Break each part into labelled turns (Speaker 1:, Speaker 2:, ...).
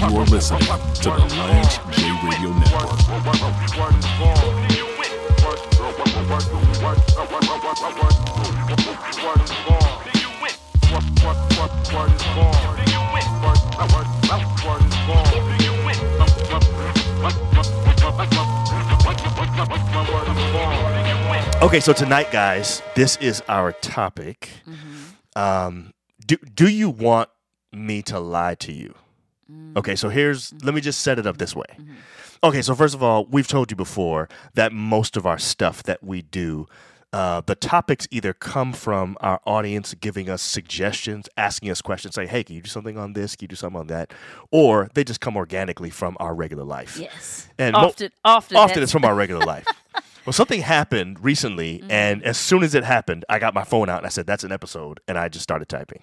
Speaker 1: You're listening to the Lange J Radio Network.
Speaker 2: Okay, so tonight, guys, this is our topic. Um, do do you want me to lie to you? Okay, so here's let me just set it up this way. Okay, so first of all, we've told you before that most of our stuff that we do, uh, the topics either come from our audience giving us suggestions, asking us questions, saying, "Hey, can you do something on this? Can you do something on that?" Or they just come organically from our regular life.
Speaker 3: Yes.
Speaker 2: And mo-
Speaker 3: often, often,
Speaker 2: often it's
Speaker 3: that's-
Speaker 2: from our regular life. Well, something happened recently,
Speaker 3: Mm-hmm.
Speaker 2: and as soon as it happened, I got my phone out and I said, "That's an episode," and I just started typing.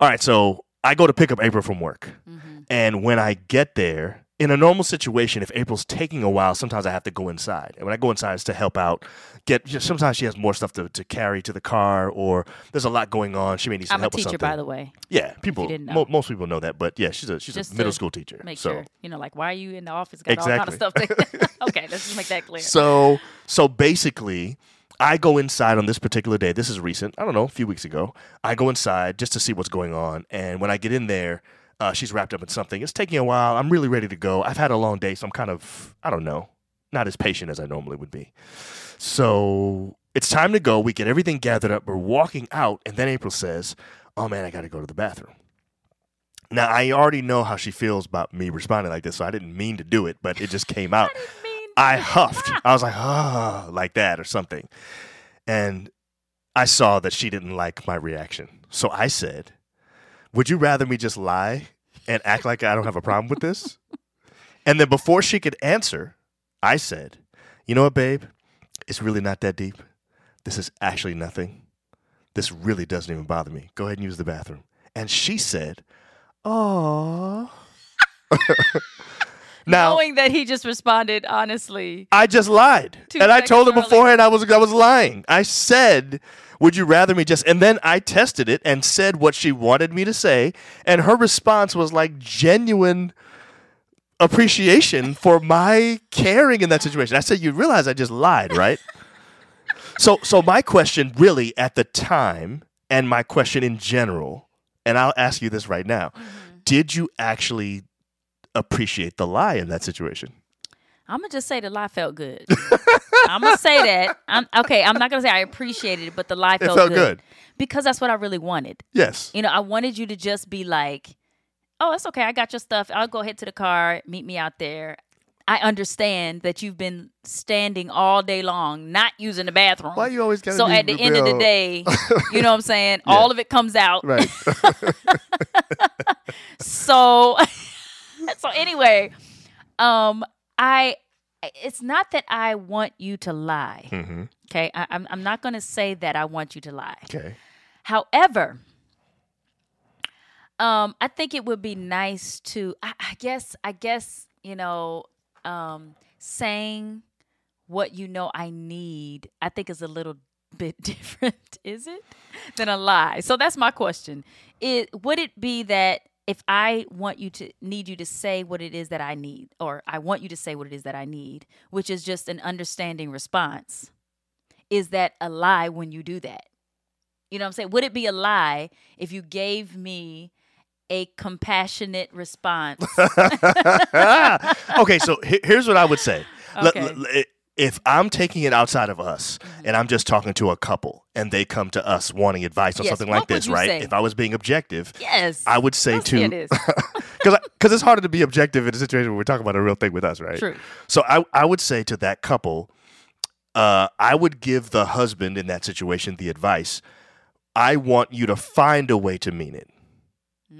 Speaker 2: All right, so I go to pick up April from work,
Speaker 3: Mm-hmm.
Speaker 2: and when I get there, in a normal situation, if April's taking a while, sometimes I have to go inside, and when I go inside, it's to help out. Get you know, sometimes she has more stuff to, to carry to the car, or there's a lot going on. She may need some
Speaker 3: I'm a
Speaker 2: help with
Speaker 3: teacher,
Speaker 2: something.
Speaker 3: by the way.
Speaker 2: yeah, people,
Speaker 3: didn't know.
Speaker 2: mo- most people know that, but yeah, she's a she's
Speaker 3: Just
Speaker 2: a middle
Speaker 3: to
Speaker 2: school teacher.
Speaker 3: Make
Speaker 2: so.
Speaker 3: sure you know, like, why are you in the office? Got all kind of stuff. To- okay, let's just make that clear.
Speaker 2: So so basically, I go inside on this particular day. This is recent. I don't know, a few weeks ago. I go inside just to see what's going on, and when I get in there, uh, she's wrapped up in something. It's taking a while. I'm really ready to go. I've had a long day, so I'm kind of I don't know, not as patient as I normally would be. So it's time to go. We get everything gathered up. We're walking out, and then April says, "Oh man, I got to go to the bathroom." Now I already know how she feels about me responding like this, so I didn't mean to do it, but it just came out.
Speaker 3: mean,
Speaker 2: I huffed. I was like, ah, like that or something. And I saw that she didn't like my reaction. So I said, Would you rather me just lie and act like I don't have a problem with this? And then before she could answer, I said, You know what, babe? It's really not that deep. This is actually nothing. This really doesn't even bother me. Go ahead and use the bathroom. And she said, Oh. now,
Speaker 3: knowing that he just responded honestly.
Speaker 2: I just lied,
Speaker 3: Two
Speaker 2: and I told her
Speaker 3: seconds early.
Speaker 2: beforehand I was I was lying. I said, "Would you rather me just?" And then I tested it and said what she wanted me to say, and her response was like genuine appreciation for my caring in that situation. I said, "You realize I just lied, right?" so, so my question really at the time, and my question in general, and I'll ask you this right now:
Speaker 3: Mm-hmm.
Speaker 2: Did you actually appreciate the lie in that situation?
Speaker 3: I'm gonna just say the lie felt good. I'm gonna say that. I'm okay. I'm not gonna say I appreciated it, but the lie felt,
Speaker 2: felt good.
Speaker 3: because that's what I really wanted.
Speaker 2: Yes.
Speaker 3: You know, I wanted you to just be like, "Oh, it's okay. I got your stuff. I'll go ahead to the car. Meet me out there." I understand that you've been standing all day long, not using the bathroom.
Speaker 2: Why you always gotta
Speaker 3: So
Speaker 2: be
Speaker 3: at the end of the
Speaker 2: rebel?
Speaker 3: day, you know what I'm saying? All of it comes out.
Speaker 2: Right.
Speaker 3: so so anyway um i it's not that i want you to lie
Speaker 2: mm-hmm.
Speaker 3: okay I, I'm, I'm not going to say that i want you to lie
Speaker 2: Okay.
Speaker 3: however um i think it would be nice to i, I guess i guess you know um saying what you know i need i think is a little bit different is it than a lie so that's my question it would it be that if i want you to need you to say what it is that i need or i want you to say what it is that i need which is just an understanding response is that a lie when you do that you know what i'm saying would it be a lie if you gave me a compassionate response
Speaker 2: okay, so he- here's what I would say. L-
Speaker 3: Okay. Mm-hmm.
Speaker 2: l- l- if I'm taking it outside of us and I'm just talking to a couple and they come to us wanting advice on
Speaker 3: Yes,
Speaker 2: something
Speaker 3: what
Speaker 2: like this,
Speaker 3: would you
Speaker 2: right?
Speaker 3: say?
Speaker 2: If I was being objective,
Speaker 3: yes
Speaker 2: I would say
Speaker 3: Let's
Speaker 2: to
Speaker 3: hear this.
Speaker 2: because it's harder to be objective in a situation where we're talking about a real thing with us, right?
Speaker 3: True.
Speaker 2: So I, I would say to that couple, uh, I would give the husband in that situation the advice I want you to find a way to mean it.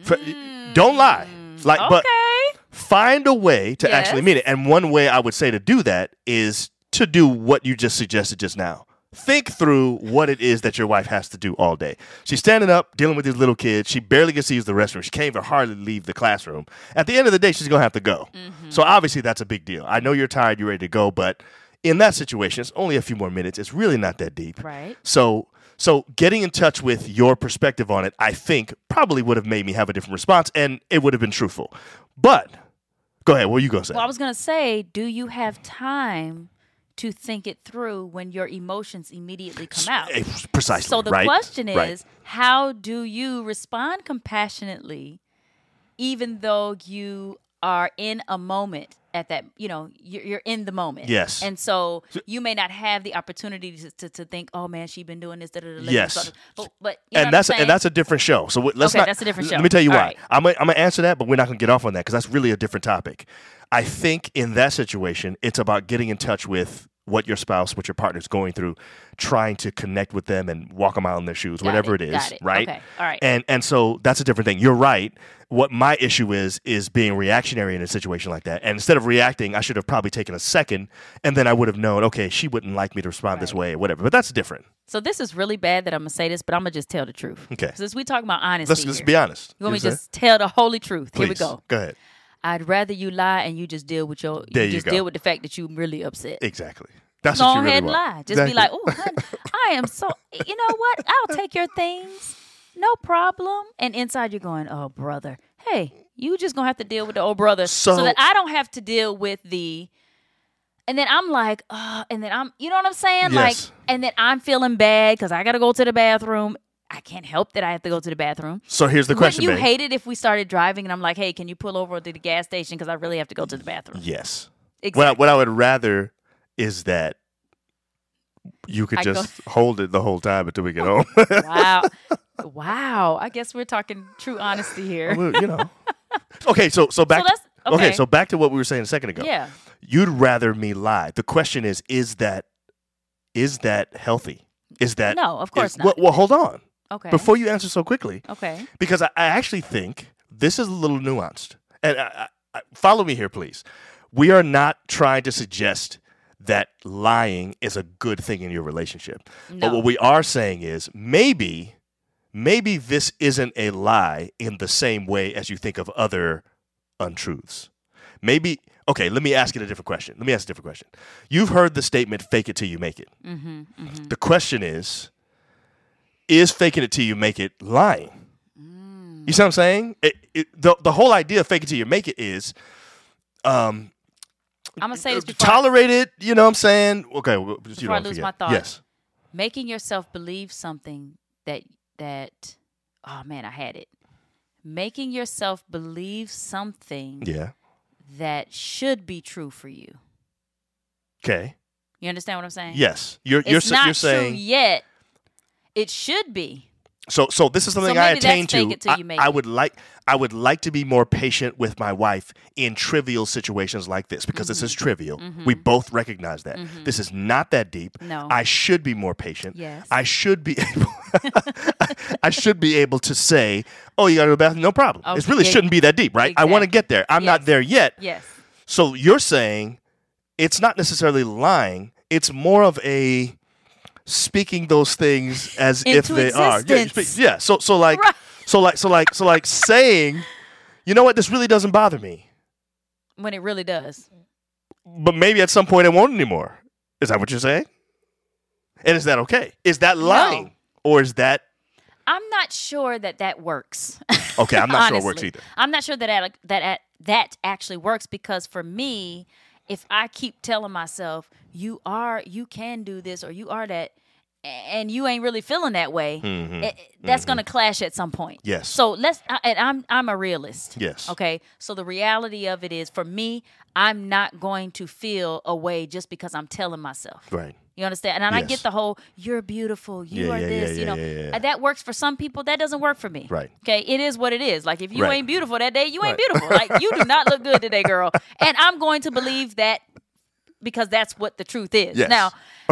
Speaker 2: F- Don't lie. Like, but
Speaker 3: okay
Speaker 2: find a way to actually
Speaker 3: Yes.
Speaker 2: mean it. And one way I would say to do that is to do what you just suggested just now. Think through what it is that your wife has to do all day. She's standing up, dealing with these little kids. She barely gets to use the restroom. She can't even hardly leave the classroom. At the end of the day, she's going to have to go. So obviously, that's a big deal. I know you're tired, you're ready to go, but in that situation, it's only a few more minutes. It's really not that deep.
Speaker 3: Right.
Speaker 2: So So getting in touch with your perspective on it, I think, probably would have made me have a different response, and it would have been truthful. But go ahead. What were you gonna say?
Speaker 3: Well, I was going to say, do you have time to think it through when your emotions immediately come out?
Speaker 2: Eh, Precisely.
Speaker 3: So the
Speaker 2: right?
Speaker 3: question is,
Speaker 2: Right.
Speaker 3: how do you respond compassionately, even though you are in a moment at that, you know, you're, you're in the moment.
Speaker 2: Yes.
Speaker 3: And so you may not have the opportunity to, to, to think, oh man, she's been doing this. Da, da, da, da, da,
Speaker 2: Yes.
Speaker 3: da, da." But, but you know what I'm
Speaker 2: and that's
Speaker 3: saying?
Speaker 2: and that's a different show. So w- let's
Speaker 3: Okay,
Speaker 2: not.
Speaker 3: that's a different
Speaker 2: l-
Speaker 3: show.
Speaker 2: Let me tell you
Speaker 3: All
Speaker 2: why.
Speaker 3: right.
Speaker 2: I'm gonna, I'm gonna answer that, but we're not gonna get off on that because that's really a different topic. I think in that situation, it's about getting in touch with what your spouse, what your partner's going through, trying to connect with them and walk them out in their shoes,
Speaker 3: Got
Speaker 2: whatever
Speaker 3: it,
Speaker 2: it is,
Speaker 3: got it.
Speaker 2: right?
Speaker 3: Okay, all right.
Speaker 2: And and so that's a different thing. You're right. What my issue is is being reactionary in a situation like that. And instead of reacting, I should have probably taken a second, and then I would have known, okay, she wouldn't like me to respond this way, or whatever. But that's different.
Speaker 3: so this is really bad that I'm gonna say this, but I'm gonna just tell the truth.
Speaker 2: Okay.
Speaker 3: Since we talking about honesty,
Speaker 2: Let's let's
Speaker 3: here,
Speaker 2: be honest.
Speaker 3: You want me
Speaker 2: know
Speaker 3: to
Speaker 2: what I'm
Speaker 3: just tell the holy truth? Here we
Speaker 2: Please,
Speaker 3: go.
Speaker 2: Go ahead.
Speaker 3: I'd rather you lie and you just deal with your
Speaker 2: There
Speaker 3: you
Speaker 2: you
Speaker 3: just
Speaker 2: go.
Speaker 3: deal with the fact that you really upset.
Speaker 2: Exactly. That's
Speaker 3: go
Speaker 2: what you
Speaker 3: ahead
Speaker 2: really
Speaker 3: and
Speaker 2: want.
Speaker 3: lie. Just be like,
Speaker 2: Exactly.
Speaker 3: oh, hun, I am so. You know what? I'll take your things, no problem. And inside you're going, oh, brother, hey, you just gonna have to deal with the old brother, so,
Speaker 2: So-
Speaker 3: that I don't have to deal with the. And then I'm like, oh, and then I'm, you know what I'm
Speaker 2: Yes.
Speaker 3: saying? Like, and then I'm feeling bad because I gotta go to the bathroom. I can't help that I have to go to the bathroom.
Speaker 2: So here's the
Speaker 3: Wouldn't
Speaker 2: question,
Speaker 3: you
Speaker 2: babe.
Speaker 3: hate it if we started driving and I'm like, hey, can you pull over to the gas station because I really have to go to the bathroom?
Speaker 2: yes. What I,
Speaker 3: Exactly.
Speaker 2: what I would rather is that you could
Speaker 3: I go-
Speaker 2: just hold it the whole time until we get home.
Speaker 3: wow. Wow. I guess we're talking true honesty here.
Speaker 2: Well, you know. Okay, so so back.
Speaker 3: that's- okay.
Speaker 2: so back to what we were saying a second ago.
Speaker 3: Yeah.
Speaker 2: You'd rather me lie. The question is, is that is that healthy? Is that
Speaker 3: No, of course
Speaker 2: is-
Speaker 3: not.
Speaker 2: Well, well, hold on.
Speaker 3: Okay.
Speaker 2: Before you answer so quickly,
Speaker 3: okay.
Speaker 2: because I, I actually think this is a little nuanced. And I, I, I, follow me here, please. We are not trying to suggest that lying is a good thing in your relationship. But
Speaker 3: No.
Speaker 2: what we are saying is maybe, maybe this isn't a lie in the same way as you think of other untruths. Maybe, okay, let me ask it a different question. Let me ask a different question. You've heard the statement, fake it till you make it.
Speaker 3: Mm-hmm. mm-hmm.
Speaker 2: The question is, is faking it till you make it lying? You see what I'm saying? It, it, the the whole idea of fake it till you make it is, um,
Speaker 3: I'm gonna
Speaker 2: Uh,
Speaker 3: say this before, I-
Speaker 2: tolerate it. You know what I'm saying? Okay, well, just, you
Speaker 3: Before I
Speaker 2: don't
Speaker 3: lose
Speaker 2: forget.
Speaker 3: my thought.
Speaker 2: Yes,
Speaker 3: making yourself believe something that that oh man, I had it. Making yourself believe something
Speaker 2: yeah,
Speaker 3: that should be true for you.
Speaker 2: okay,
Speaker 3: You understand what I'm saying?
Speaker 2: yes. You're
Speaker 3: It's
Speaker 2: you're s-
Speaker 3: not
Speaker 2: you're
Speaker 3: true
Speaker 2: saying
Speaker 3: yet. It should be.
Speaker 2: so so. This is something I
Speaker 3: maybe that's
Speaker 2: attain to.
Speaker 3: fake it till
Speaker 2: I,
Speaker 3: you make
Speaker 2: I
Speaker 3: it.
Speaker 2: would like I would like to be more patient with my wife in trivial situations like this because this
Speaker 3: Mm-hmm.
Speaker 2: is trivial. We both recognize that this is not that deep.
Speaker 3: No.
Speaker 2: I should be more patient.
Speaker 3: Yes.
Speaker 2: I should be able, I should be able to say, "Oh, you got to go to the bathroom? No problem." it
Speaker 3: Okay,
Speaker 2: really
Speaker 3: yeah.
Speaker 2: shouldn't be that deep, right? I want to
Speaker 3: Exactly.
Speaker 2: get there. I'm not
Speaker 3: Yes.
Speaker 2: there yet.
Speaker 3: Yes.
Speaker 2: So you're saying it's not necessarily lying. It's more of a speaking those things as if
Speaker 3: Into
Speaker 2: they are. Yeah, you
Speaker 3: existence.
Speaker 2: yeah. So so like
Speaker 3: Right.
Speaker 2: so like so like so like saying, you know what? This really doesn't bother me.
Speaker 3: When it really does.
Speaker 2: But maybe at some point it won't anymore. Is that what you're saying? And is that okay? Is that lying or is that
Speaker 3: I'm not sure that that works.
Speaker 2: Okay, I'm not sure it works
Speaker 3: Honestly.
Speaker 2: either.
Speaker 3: I'm not sure that that that that actually works because for me, if I keep telling myself you are you can do this or you are that and you ain't really feeling that way, it- it- that's going to clash at some point.
Speaker 2: Mm-hmm, Yes.
Speaker 3: So let's I- and I'm I'm a realist.
Speaker 2: Yes.
Speaker 3: Okay. So the reality of it is for me, I'm not going to feel a way just because I'm telling myself.
Speaker 2: Right.
Speaker 3: You understand? And I
Speaker 2: Yes.
Speaker 3: get the whole "you're beautiful, you
Speaker 2: Yeah,
Speaker 3: are
Speaker 2: yeah,
Speaker 3: this,"
Speaker 2: yeah,
Speaker 3: you know.
Speaker 2: yeah, yeah, yeah.
Speaker 3: Uh, That works for some people. That doesn't work for me.
Speaker 2: Right.
Speaker 3: Okay. It is what it is. Like if you
Speaker 2: Right.
Speaker 3: ain't beautiful that day, you
Speaker 2: Right.
Speaker 3: ain't beautiful. Like you do not look good today, girl. And I'm going to believe that because that's what the truth is.
Speaker 2: Yes.
Speaker 3: Now,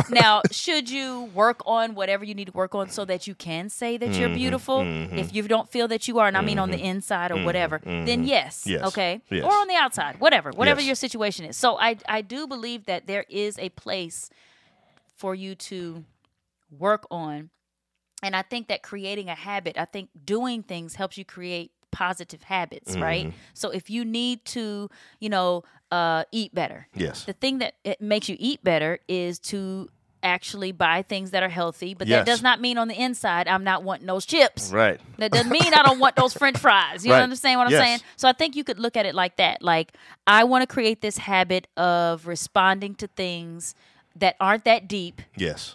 Speaker 3: now, should you work on whatever you need to work on so that you can say that
Speaker 2: Mm-hmm,
Speaker 3: you're beautiful? If you don't feel that you are, and I mean on the inside or whatever, then yes,
Speaker 2: Mm-hmm, Yes.
Speaker 3: okay,
Speaker 2: Yes.
Speaker 3: or on the outside, whatever, whatever
Speaker 2: Yes.
Speaker 3: your situation is. So I, I do believe that there is a place for you to work on. And I think that creating a habit, I think doing things helps you create positive habits,
Speaker 2: Mm-hmm.
Speaker 3: right? So if you need to, you know, uh, eat better,
Speaker 2: Yes.
Speaker 3: the thing that it makes you eat better is to actually buy things that are healthy, but
Speaker 2: Yes.
Speaker 3: that does not mean on the inside I'm not wanting those chips.
Speaker 2: Right.
Speaker 3: That doesn't mean I don't want those french fries. You
Speaker 2: Right.
Speaker 3: understand what I'm
Speaker 2: Yes.
Speaker 3: saying? So I think you could look at it like that. Like, I want to create this habit of responding to things that aren't that deep
Speaker 2: Yes.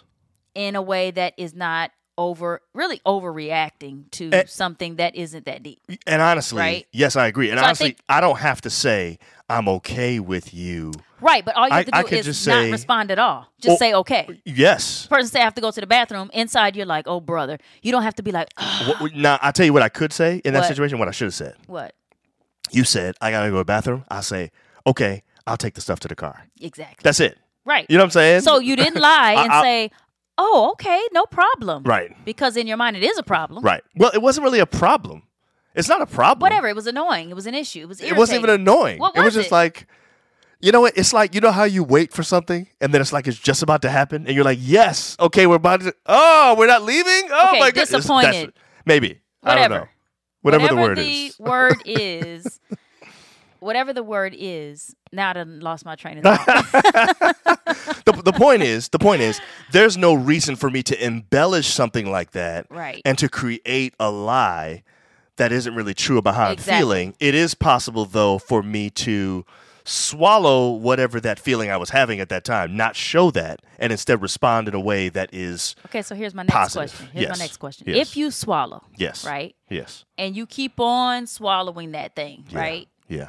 Speaker 3: in a way that is not over, really overreacting to
Speaker 2: Eh.
Speaker 3: something that isn't that deep.
Speaker 2: And honestly,
Speaker 3: Right.
Speaker 2: yes, I agree. And
Speaker 3: So I
Speaker 2: honestly, I,
Speaker 3: think-
Speaker 2: don't have to say I'm okay with you.
Speaker 3: Right. But all you
Speaker 2: I-
Speaker 3: have
Speaker 2: I
Speaker 3: to do
Speaker 2: could
Speaker 3: is
Speaker 2: just say-
Speaker 3: not respond at all. Just
Speaker 2: Oh,
Speaker 3: say, okay.
Speaker 2: Yes.
Speaker 3: Person say I have to go to the bathroom. Inside, you're like, oh brother. You don't have to be like, "Ugh,
Speaker 2: What- now I tell you what I could say in that
Speaker 3: What?
Speaker 2: situation. What I should have said.
Speaker 3: what?
Speaker 2: You said I gotta go to the bathroom. I say okay. I'll take the stuff to the car.
Speaker 3: Exactly.
Speaker 2: That's it.
Speaker 3: right.
Speaker 2: You know what I'm saying?
Speaker 3: so you didn't lie and
Speaker 2: I- I-
Speaker 3: say, oh, okay, no problem.
Speaker 2: Right.
Speaker 3: Because in your mind, it is a problem.
Speaker 2: Right. Well, it wasn't really a problem. It's not a problem.
Speaker 3: Whatever. It was annoying. It was an issue. It was.
Speaker 2: It wasn't even
Speaker 3: irritating.
Speaker 2: annoying.
Speaker 3: What
Speaker 2: it was
Speaker 3: was
Speaker 2: just
Speaker 3: it?
Speaker 2: like, you know what? It's like you know how you wait for something and then it's like it's just about to happen and you're like, yes, okay, we're about to. Oh, we're not leaving. Oh
Speaker 3: Okay,
Speaker 2: my goodness, That's-
Speaker 3: disappointed.
Speaker 2: maybe. I don't know.
Speaker 3: Whatever.
Speaker 2: Whatever, the word
Speaker 3: the
Speaker 2: is.
Speaker 3: word is. Whatever the word is. Now I done lost my train of thought.
Speaker 2: the, the point is, the point is, there's no reason for me to embellish something like that,
Speaker 3: Right.
Speaker 2: And to create a lie that isn't really true about how I'm
Speaker 3: Exactly.
Speaker 2: feeling. It is possible, though, for me to swallow whatever that feeling I was having at that time, not show that, and instead respond in a way that is
Speaker 3: okay, so here's my next
Speaker 2: Positive.
Speaker 3: question. Here's
Speaker 2: Yes.
Speaker 3: my next question.
Speaker 2: Yes.
Speaker 3: If you swallow,
Speaker 2: yes,
Speaker 3: right,
Speaker 2: yes,
Speaker 3: and you keep on swallowing that thing,
Speaker 2: yeah,
Speaker 3: right,
Speaker 2: yeah,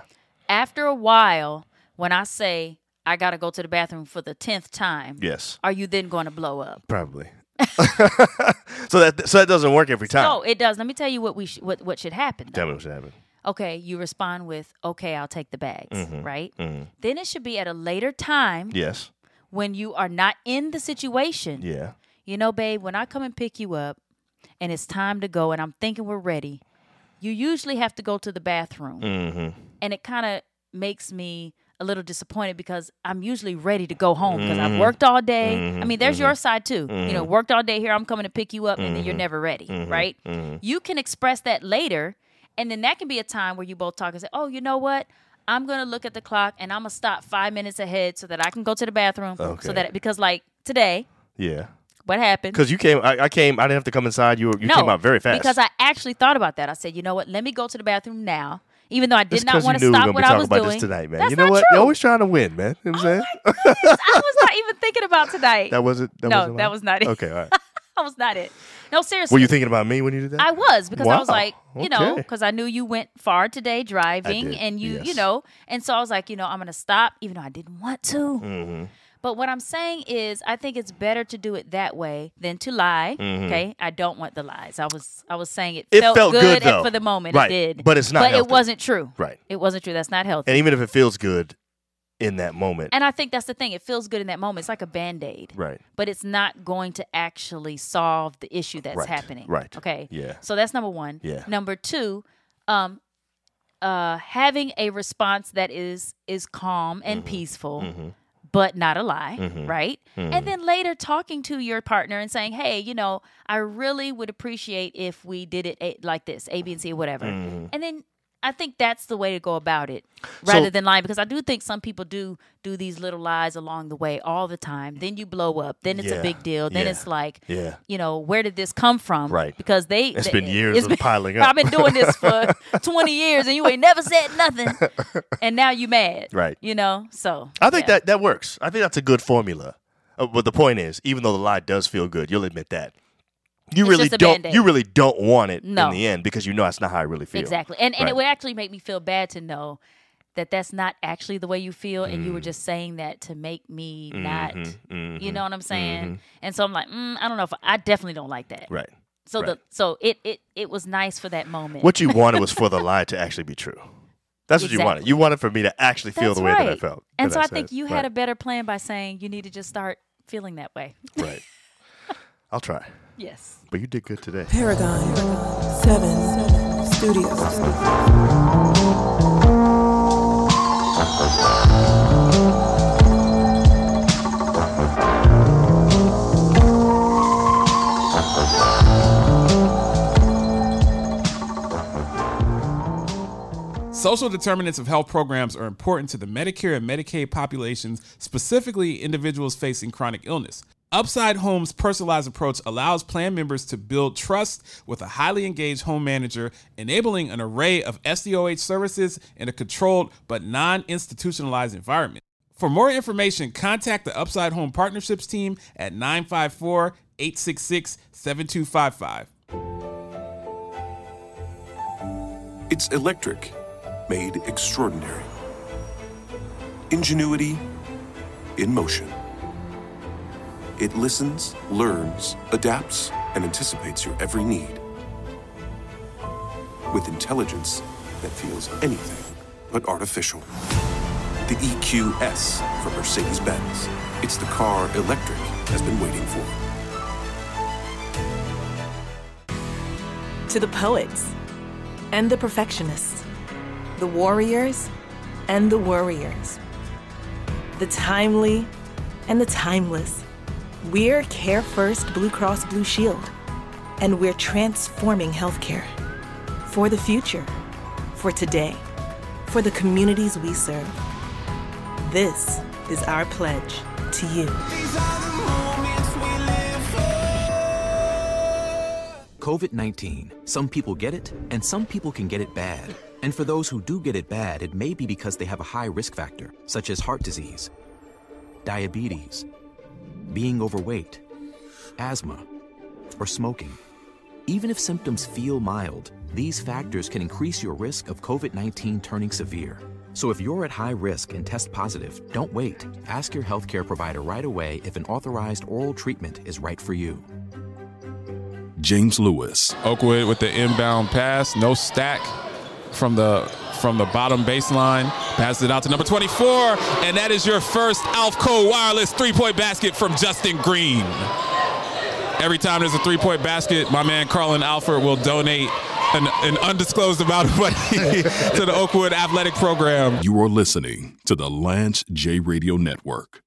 Speaker 3: after a while, when I say I gotta go to the bathroom for the tenth time,
Speaker 2: yes,
Speaker 3: are you then going to blow up?
Speaker 2: probably. so that so that doesn't work every time.
Speaker 3: No, it does. Let me tell you what we sh- what what should happen. though.
Speaker 2: Tell me what should happen.
Speaker 3: Okay, you respond with, "Okay, I'll take the bags," right? Then it should be at a later time
Speaker 2: Yes,
Speaker 3: when you are not in the situation.
Speaker 2: yeah,
Speaker 3: You know, babe, when I come and pick you up, and it's time to go, and I'm thinking we're ready, you usually have to go to the bathroom, and it kind of makes me a little disappointed because I'm usually ready to go home because I've worked all day. I mean, there's your side too. You know, worked all day here. I'm coming to pick you up, and then you're never ready, right? You can express that later, and then that can be a time where you both talk and say, "Oh, you know what." I'm gonna look at the clock and I'm gonna stop five minutes ahead so that I can go to the bathroom.
Speaker 2: Okay.
Speaker 3: So that because like today,
Speaker 2: yeah.
Speaker 3: what happened?
Speaker 2: Because you came, I, I came. I didn't have to come inside. You were, you came out very fast.
Speaker 3: Because I actually thought about that. I said, you know what? Let me go to the bathroom now, even though I did
Speaker 2: It's
Speaker 3: not
Speaker 2: 'cause
Speaker 3: want
Speaker 2: you
Speaker 3: to
Speaker 2: knew we
Speaker 3: stop
Speaker 2: were gonna
Speaker 3: what
Speaker 2: be
Speaker 3: I
Speaker 2: talking
Speaker 3: was
Speaker 2: about
Speaker 3: doing
Speaker 2: this tonight, man.
Speaker 3: That's
Speaker 2: you know
Speaker 3: not
Speaker 2: what?
Speaker 3: True. Oh
Speaker 2: You're always trying to win, man. You know what I'm saying?
Speaker 3: I was not even thinking about tonight.
Speaker 2: That wasn't. That
Speaker 3: no,
Speaker 2: wasn't
Speaker 3: that
Speaker 2: mine?
Speaker 3: was not it.
Speaker 2: Okay, all right.
Speaker 3: that was not it. No, seriously.
Speaker 2: Were you thinking about me when you did that?
Speaker 3: I was because I was
Speaker 2: Wow,
Speaker 3: like, you know,
Speaker 2: okay.
Speaker 3: because I knew you went far today driving,
Speaker 2: did,
Speaker 3: and you, you
Speaker 2: yes.
Speaker 3: know, and so I was like, you know, I'm gonna stop, even though I didn't want to.
Speaker 2: Mm-hmm.
Speaker 3: But what I'm saying is, I think it's better to do it that way than to lie. Okay, I don't want the lies. I was, I was saying it,
Speaker 2: Mm-hmm. It felt good,
Speaker 3: at-
Speaker 2: though.
Speaker 3: for the moment.
Speaker 2: Right,
Speaker 3: It did,
Speaker 2: but it's not
Speaker 3: But
Speaker 2: healthy.
Speaker 3: it wasn't true.
Speaker 2: Right.
Speaker 3: It wasn't true. That's not healthy.
Speaker 2: and even if it feels good in that moment,
Speaker 3: And I think that's the thing. It feels good in that moment. It's like a band aid.
Speaker 2: right?
Speaker 3: But it's not going to actually solve the issue that's
Speaker 2: Right,
Speaker 3: happening.
Speaker 2: right.
Speaker 3: Okay.
Speaker 2: Yeah.
Speaker 3: So that's number one.
Speaker 2: Yeah.
Speaker 3: Number two, um, uh, having a response that is is calm and
Speaker 2: Mm-hmm.
Speaker 3: peaceful, but not a lie, right?
Speaker 2: Mm-hmm.
Speaker 3: And then later talking to your partner and saying, "Hey, you know, I really would appreciate if we did it a- like this, A, B, and C, whatever."
Speaker 2: Mm-hmm.
Speaker 3: And then I think that's the way to go about it, rather than lying, because I do think some people do do these little lies along the way all the time. Then you blow up. Then it's
Speaker 2: Yeah.
Speaker 3: a big deal. Then
Speaker 2: Yeah.
Speaker 3: it's like,
Speaker 2: Yeah.
Speaker 3: you know, where did this come from?
Speaker 2: Right.
Speaker 3: Because they
Speaker 2: It's
Speaker 3: it's
Speaker 2: been years of piling up.
Speaker 3: I've been doing this for 20 years and you ain't never said nothing. And now you mad.
Speaker 2: Right.
Speaker 3: You know? So
Speaker 2: I think
Speaker 3: yeah.
Speaker 2: that that works. I think that's a good formula. Uh, but the point is, even though the lie does feel good, you'll admit that you
Speaker 3: It's
Speaker 2: really
Speaker 3: just a
Speaker 2: don't.
Speaker 3: Band-Aid.
Speaker 2: You really don't want it
Speaker 3: No.
Speaker 2: in the end because you know that's not how I really feel.
Speaker 3: Exactly. And and
Speaker 2: Right.
Speaker 3: it would actually make me feel bad to know that that's not actually the way you feel and
Speaker 2: Mm.
Speaker 3: you were just saying that to make me not
Speaker 2: Mm-hmm,
Speaker 3: you know what I'm saying? And so I'm like, mm, I don't know if I definitely don't like that.
Speaker 2: Right.
Speaker 3: So
Speaker 2: right.
Speaker 3: the so it it it was nice for that moment.
Speaker 2: What you wanted was for the lie to actually be true. That's what you wanted.
Speaker 3: Exactly.
Speaker 2: You wanted for me to actually feel
Speaker 3: That's
Speaker 2: the way that I
Speaker 3: right.
Speaker 2: felt.
Speaker 3: And
Speaker 2: that
Speaker 3: so I,
Speaker 2: said.
Speaker 3: think you
Speaker 2: Right.
Speaker 3: had a better plan by saying you need to just start feeling that way.
Speaker 2: Right. I'll try.
Speaker 3: Yes.
Speaker 2: But you did good today.
Speaker 4: Paragon 7 Studios.
Speaker 5: Social determinants of health programs are important to the Medicare and Medicaid populations, specifically individuals facing chronic illness. Upside Home's personalized approach allows plan members to build trust with a highly engaged home manager, enabling an array of SDOH services in a controlled but non institutionalized environment. For more information, contact the Upside Home Partnerships team at 954 866 7255.
Speaker 6: It's electric, made extraordinary. Ingenuity in motion. It listens, learns, adapts, and anticipates your every need. With intelligence that feels anything but artificial. The EQS from Mercedes Benz. It's the car electric has been waiting for.
Speaker 4: To the poets and the perfectionists, the warriors and the worriers, the timely and the timeless, we're Care First Blue Cross Blue Shield, and we're transforming healthcare for the future, for today, for the communities we serve. This is our pledge to you.
Speaker 7: COVID 19. Some people get it, and some people can get it bad. And for those who do get it bad, it may be because they have a high risk factor, such as heart disease, diabetes, being overweight, asthma, or smoking. Even if symptoms feel mild, these factors can increase your risk of COVID 19 turning severe. So if you're at high risk and test positive, don't wait. Ask your healthcare provider right away if an authorized oral treatment is right for you.
Speaker 1: James Lewis,
Speaker 5: Oakwood with the inbound pass, no stack from the from the bottom baseline. Passes it out to number 24, and that is your first Alfco Wireless three-point basket from Justin Green. Every time there's a three-point basket, my man Carlin Alford will donate an, an undisclosed amount of money to the Oakwood Athletic Program.
Speaker 1: you are listening to the Lance J Radio Network.